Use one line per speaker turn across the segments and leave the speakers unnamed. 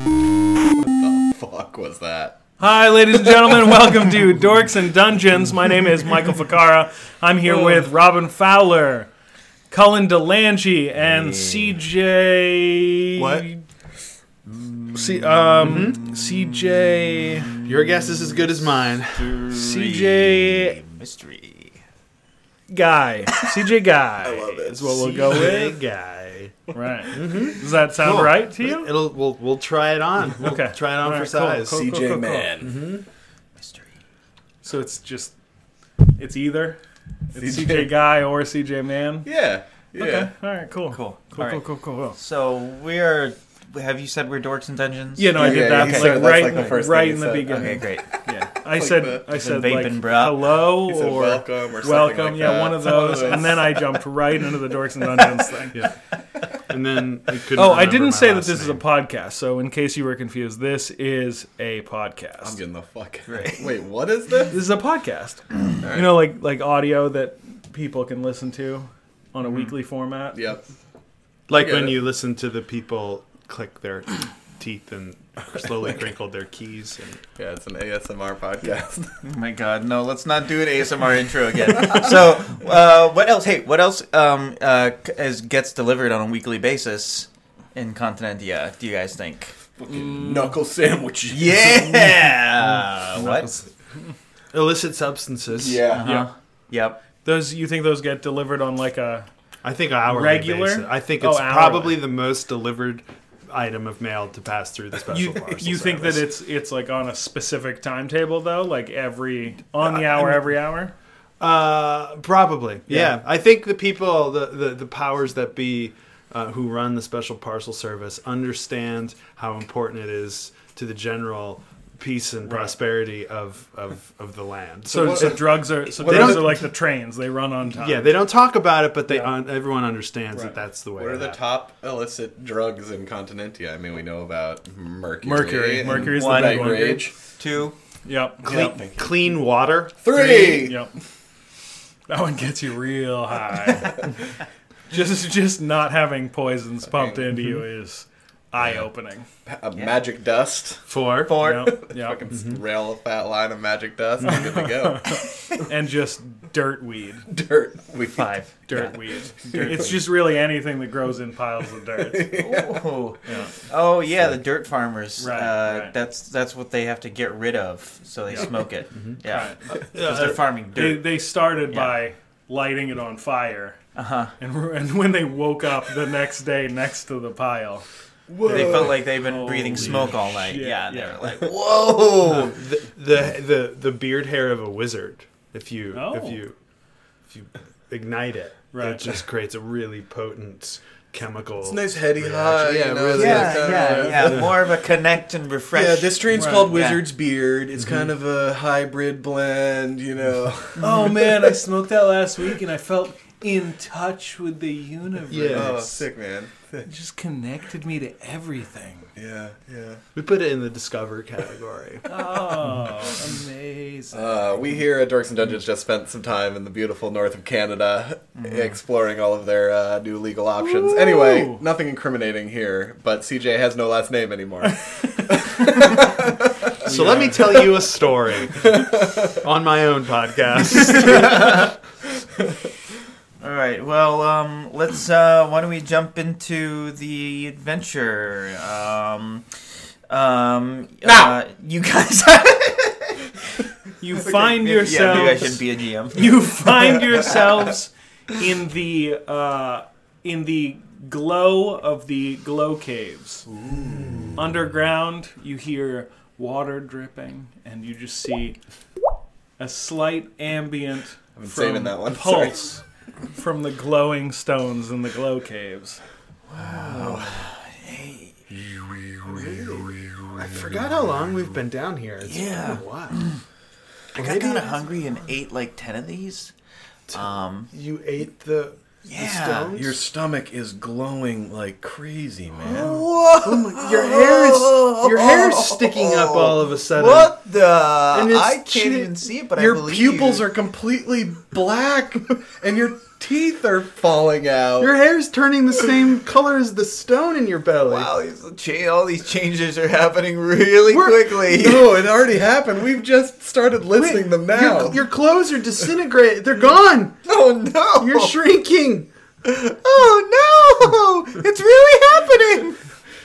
the fuck was that?
Hi, ladies and gentlemen. Welcome to Dorks and Dungeons. My name is Michael Ficara. I'm here with Robin Fowler, Cullen DeLange, and CJ.
What?
C, um, CJ.
Your guess is as good as mine.
CJ
Mystery.
Guy. CJ Guy. I
love it.
Is what we'll go with.
guy.
Right. Does that sound
Cool.
right to you?
It'll we'll we'll try it on. We'll
Okay.
Try it on
All
for
right, cool,
size.
cool.
CJ Man.
Mm-hmm. So it's just. It's either. It's CJ Guy or CJ Man.
Yeah. Yeah.
Okay. All right, cool.
Cool.
Cool,
All
cool,
right.
cool, cool, cool.
So we are. Have you said we're dorks and dungeons?
Yeah, no, I
Yeah,
did
yeah,
that
he
like,
said that's
right,
like the first
right
thing
in
he
the
said.
beginning.
Okay, great.
Yeah, I said
that.
I said
vaping,
like
bruh.
hello
He said
or
welcome or something
welcome,
like
yeah,
that.
one of those, and then I jumped right into the dorks and dungeons thing.
And then we couldn't
Oh, I didn't
remember
say
my
that
last
this is a
name.
podcast. So in case you were confused, this is a podcast.
I'm getting the fuck. Wait, what is this?
this is a podcast. You know, like like audio that people can listen to on a weekly format.
Yep.
like
get
when
it.
you listen to the people click their teeth and slowly crinkled their keys. And
Yeah, it's an ASMR podcast.
Oh my God, no! Let's not do an ASMR intro again. So, uh, what else? Hey, what else um, uh, c- is gets delivered on a weekly basis in Continentia? Do you guys think?
Mm.
Knuckle sandwiches.
Yeah. what?
illicit substances.
Yeah.
Yeah.
Yep.
Those you think those get delivered on like a
I think hourly.
Regular?
basis. I think
Oh,
it's
hourly.
probably the most delivered item of mail to pass through the special
you,
parcel
you think that
service.
it's it's like on a specific timetable though, like every on the hour, every hour.
Uh, probably. Yeah. I think the people, the, the, the powers that be uh, who run the special parcel service understand how important it is to the general peace and prosperity of, of, of the land. So,
So, so drugs are so
what
drugs
are the-
are like the trains; they run on time.
yeah, they don't talk about it, but they
Yeah.
un- everyone understands
Right.
that that's the way.
What are
it
the
happens.
top illicit drugs in Continentia? I mean, we know about mercury.
mercury.
and
Mercury is the
one
big
Night
one.
rage.
Two.
Yep.
Clean,
Yep.
clean water.
Three.
Yep. That one gets you real high. just just not having poisons pumped into you is eye opening.
A magic dust.
Four.
Four.
Yep. Yep. Mm-hmm.
Fucking rail a fat line of magic dust. I'm good to go.
and just dirt weed.
Dirt. We
Five.
Dirt weed. it's just really anything that grows in piles of dirt.
Ooh. Oh yeah, the dirt farmers.
Right,
uh,
right.
That's that's what they have to get rid of, so they smoke it. Yeah,
Mm-hmm. Right.
because they're farming
They,
dirt.
they started
Yeah.
by lighting it on fire. And, and when they woke up the next day next to the pile,
They, felt like they've been breathing
Holy
smoke all night.
shit,
Yeah, they're
yeah.
like, whoa.
The, the, the, the beard hair of a wizard. If you,
Oh.
if you, if you ignite it,
Right.
it just creates a really potent chemical.
It's nice heady high.
Yeah,
you know, it's
really.
yeah,
like, uh,
yeah, yeah, More of a connect and refresh.
Yeah, this drink's
Right.
called
Yeah.
Wizard's Beard. It's
Mm-hmm.
kind of a hybrid blend, you know.
Oh man, I smoked that last week and I felt in touch with the universe.
Yeah.
Oh, sick man.
It just connected me to everything.
Yeah, yeah.
We put it in the discover category.
Oh, amazing.
Uh, we here at Dorks and Dungeons just spent some time in the beautiful north of Canada
Mm-hmm.
exploring all of their uh, new legal options. Anyway, nothing incriminating here, but CJ has no last name anymore.
so let me tell you a story on my own podcast.
All right. Well, um, let's. Uh, why don't we jump into the adventure? Um, um,
Now!
uh, you guys.
You find
Yeah, maybe I
yourselves
should be a GM.
you find yourselves in the uh, in the glow of the glow caves. Underground, you hear water dripping, and you just see a slight ambient
been saving that one, sorry.
pulse from the glowing stones in the glow caves.
I forgot how long we've been down here. It's
Yeah.
been a while.
I got kind of hungry and ate like ten of these. Um,
You ate the
Yeah.
Your stomach is glowing like crazy, man.
Whoa.
Your hair is your hair is sticking up all of a sudden.
Oh. What the?
And it's
I can't
chi-
even see it, but I
Your
believe
pupils
you.
are completely black, and your teeth are falling out.
Your hair is turning the same color as the stone in your belly.
Wow, these cha- all these changes are happening really quickly.
no, it already happened. We've just started listing them now.
Your, your clothes are disintegrated. They're gone.
Oh no!
You're shrinking.
oh no! It's really happening.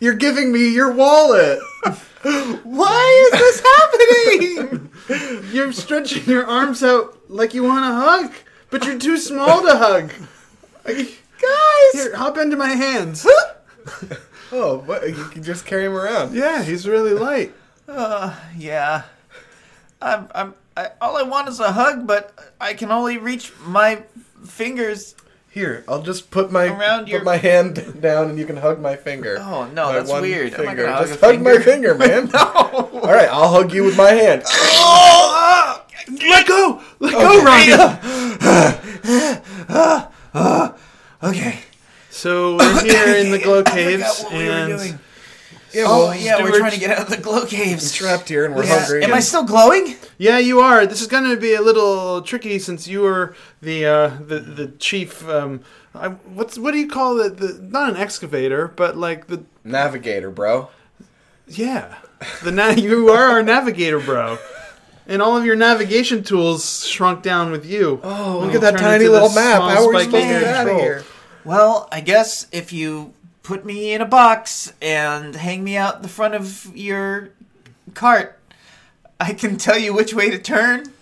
You're giving me your wallet.
Why is this happening?
You're stretching your arms out like you want to hug, but you're too small to hug.
Guys,
Here, hop into my hands.
Oh, but you can just carry him around.
Yeah, he's really light.
Yeah. I'm, I'm, I, all I want is a hug, but I can only reach my fingers.
Here, I'll just put my
Around
put
your-
my hand down, and you can hug my finger.
Oh, no,
My
that's
one
weird. I'm not
Finger.
gonna hug
just
a
hug my finger,
finger.
man. All right, I'll hug you with my hand.
Oh!
Let go! Let go, Robbie!
Okay.
So we're here in the glow
I
caves,
forgot what we were
and
doing.
Yeah,
Oh,
well,
yeah, we're
Stuart-
trying to get out of the glow caves.
trapped here and we're
Yeah.
hungry.
Am I
and-
still glowing?
yeah, you are. This is going to be a little tricky since you were the uh, the the chief. Um, I, what's what do you call the, the not an excavator, but like the
navigator, bro?
yeah the na- you are our navigator, bro. And all of your navigation tools shrunk down with you. Oh,
Look at that tiny little map. How are we supposed to
spiky
get out of
control.
here?
Well, I guess if you put me in a box and hang me out the front of your cart, I can tell you which way to turn.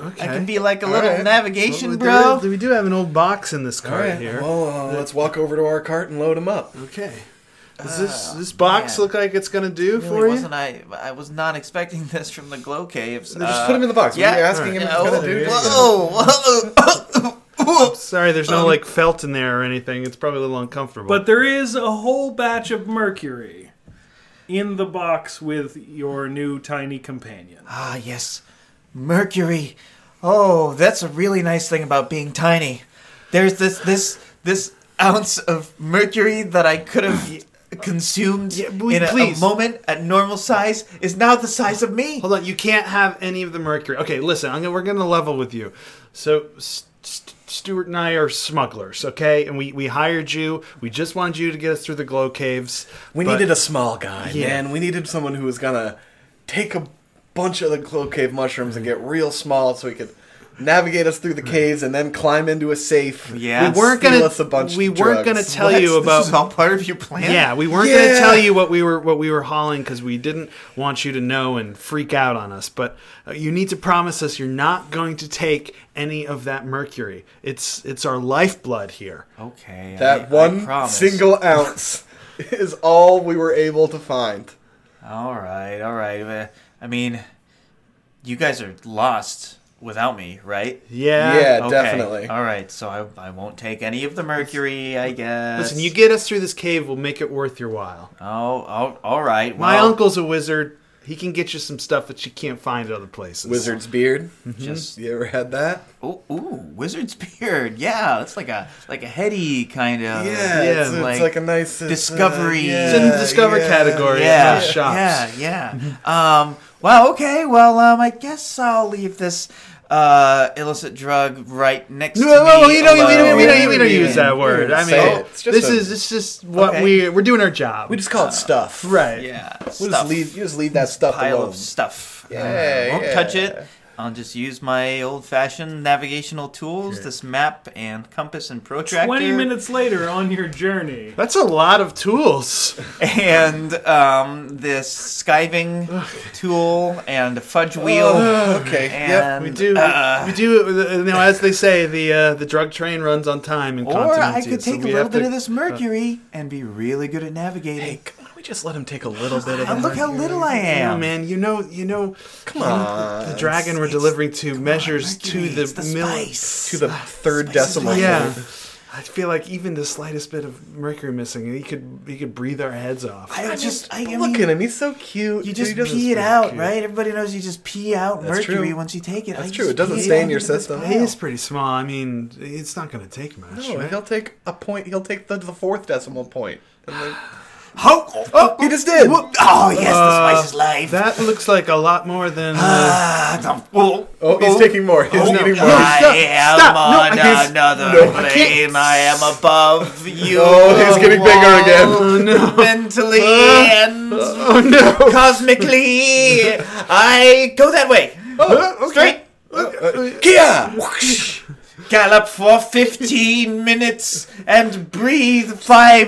I can be like a little
right.
navigation
Well,
bro.
There is, we do have an old box in this
All
cart
right,
here.
well, uh, let's walk over to our cart and load him up.
okay. Does this this box
ah, man.
look like it's gonna do
Really
for you?
wasn't I? I was not expecting this from the glow caves.
Just
Uh,
put him in the box.
yeah.
Were you asking him if
yeah,
he's
oh,
gonna do?
whoa, whoa.
Oh, Sorry, there's
um,
no like felt in there or anything. It's probably a little uncomfortable.
But there is a whole batch of mercury in the box with your new tiny companion.
ah, yes, Mercury. Oh, that's a really nice thing about being tiny. There's this this this ounce of mercury that I could have consumed
but we-
in a, a
please.
moment at normal size is now the size of me.
hold on, you can't have any of the mercury. Okay, listen, I'm gonna, we're gonna level with you. So S- S- Stuart and I are smugglers, okay? And we we hired you. We just wanted you to get us through the glow caves.
We
but-
needed a small guy,
Yeah.
man. We needed someone who was gonna take a bunch of the glow cave mushrooms and get real small so he could navigate us through the caves and then climb into a safe.
Yeah.
we weren't
steal
gonna
us a bunch of
we weren't
drugs.
gonna tell
What?
you about
this is all part of your plan.
Yeah, we weren't
Yeah.
gonna tell you what we were what we were hauling because we didn't want you to know and freak out on us. But uh, you need to promise us you're not going to take any of that mercury. It's it's our lifeblood here.
Okay. I-
That
I
one
promise.
single ounce is all we were able to find.
All right, all right. Uh, I mean, you guys are lost without me, right?
Yeah.
Yeah. definitely.
All right, so I, I won't take any of the mercury, I guess.
Listen, you get us through this cave, we'll make it worth your while.
Oh, oh all right.
My
well,
uncle's a wizard. He can get you some stuff that you can't find other places.
Wizard's beard.
Just
You ever had that?
ooh, ooh, wizard's beard. Yeah, it's like a like a heady kind
Uh,
of.
yeah, it's, it's like,
like
a nice it's, uh,
discovery.
yeah,
It's in the discover
yeah.
category. Yeah.
Yeah,
shops.
yeah, yeah. um, well, okay. Well, um, I guess I'll leave this uh, illicit drug right next
No,
to me.
no, we don't, we don't, we don't, we
alone.
don't use that word. I
Say
mean,
it. It's just
this
a-
is this is what
Okay.
we we're doing our job.
We just call it stuff.
Uh, right.
Yeah,
We
stuff.
just leave. You just leave that stuff
pile
alone.
of stuff.
Yeah,
I won't
yeah.
touch it. I'll just use my old-fashioned navigational tools, this map and compass and protractor.
20 minutes later on your journey.
That's a lot of tools.
and um, this skiving tool and a fudge wheel.
okay,
And, uh,
yep,
We do. we do. uh, You know, as they say, the uh, the drug train runs on time and
Or I could take a little bit of
uh,
this mercury and be really good at navigating.
Hey, come on, we just let him take a little bit of
and Ah, look how little I
Yeah,
am.
man. You know, you know. Come
on.
The dragon we're delivering to measures to
Mercury,
the,
it's the
mill.
spice.
to the third
Spice is
decimal.
right.
Yeah.
point.
I feel like even the slightest bit of mercury missing, he could he could breathe our heads off.
I would just, I, I
Look
mean,
at him. He's so cute.
you
He
just
doesn't-
pee it
look
out,
cute.
right? Everybody knows you just pee out
That's
mercury
true.
once you take it. I
That's
just
true. It doesn't
pee
stay in
out
your
into this
system.
pile.
He is pretty small. I mean, it's not going to take much.
No,
right?
he'll take a point. He'll take the, the fourth decimal point. And then-
Oh, oh, oh,
he just did. Oh,
oh, yes,
Uh,
the spice is life.
That looks like a lot more than. Uh,
Ah, the- oh,
he's taking more. He's
oh,
eating more.
I
Stop.
am
Stop. No,
on
he's-
another
no, I
plane.
can't.
I, am above you.
Oh, he's getting bigger again.
oh no!
Mentally and
Oh no!
cosmically, I go that way.
Oh,
Straight.
Kia!
Gallop for 15 minutes and breathe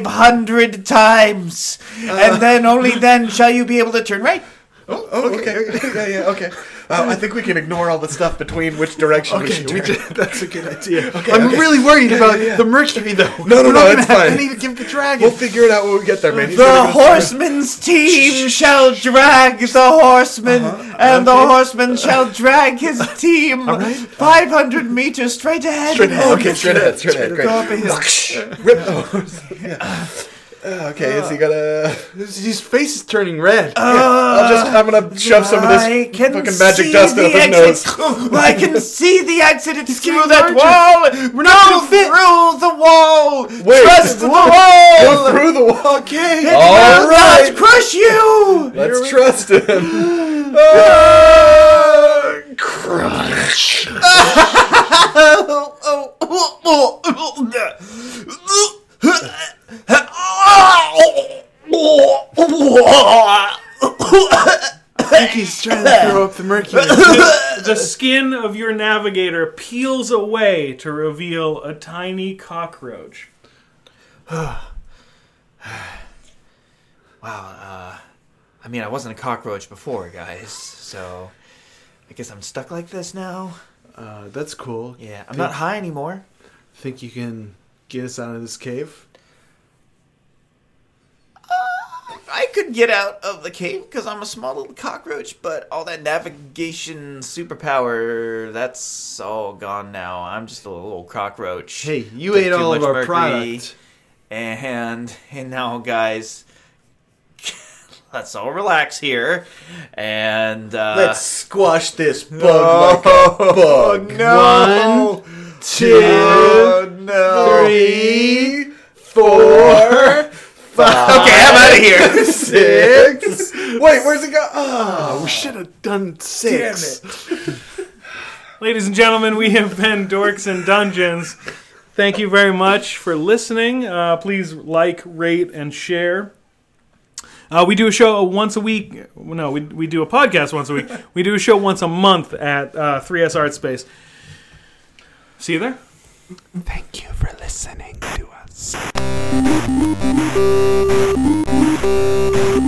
500 times.
Uh.
and then only then shall you be able to turn right.
Oh, okay. yeah, yeah, okay. Uh, I think we can ignore all the stuff between which direction we
Okay,
should
we
turn.
did, that's a good idea. I'm really worried about the mercury, though.
No, no,
We're
no,
not gonna
it's
have
fine.
Any to give the dragon.
We'll figure it out when we get there, man. He's
The
gonna go-
horseman's team shall drag the horseman,
Uh-huh.
and the horseman shall drag his team 500 meters straight ahead.
Straight ahead. Okay, straight ahead. Straight ahead. Great.
Go up a hill.
Rip the horse. Yeah. Uh, okay, is he gonna?
His his face is turning red.
Oh, Ah. Uh,
I'll just. I'm gonna shove some of
I
this
can
fucking magic
see
dust
the
up his
exit.
nose.
I can see the exit. It's through
getting
that
larger.
wall. We're
not
Go
gonna fit.
through the wall.
Wait.
Trust the
Go
wall.
through the wall. Okay.
It
All
will
right.
not crush you.
Let's trust him.
Ah,
Oh, oh, oh, oh, oh,
I think he's trying to throw up the mercury.
The skin of your navigator peels away to reveal a tiny cockroach.
Wow. Uh, I mean, I wasn't a cockroach before, guys. So I guess I'm stuck like this now.
Uh, that's cool.
Yeah, I'm not high anymore.
Think you can get us out of this cave?
I could get out of the cave because I'm a small little cockroach, but all that navigation superpower, that's all gone now. I'm just a little cockroach.
Hey, you
Took
ate
too
all of
much
our
mercury.
product.
And and now, guys, let's all relax here. And uh,
Let's squash this bug
Oh,
like a bug.
No. One, two,
no.
three,
four,
okay, I'm out of here.
six. Wait, where's it go? Oh,
we should have done six.
Ladies and gentlemen, we have been Dorks and Dungeons. Thank you very much for listening. Uh, please like, rate, and share. Uh, we do a show once a week. No, we, we do a podcast once a week. We do a show once a month at uh, 3S Art Space. See you there.
Thank you for listening to us.
Thank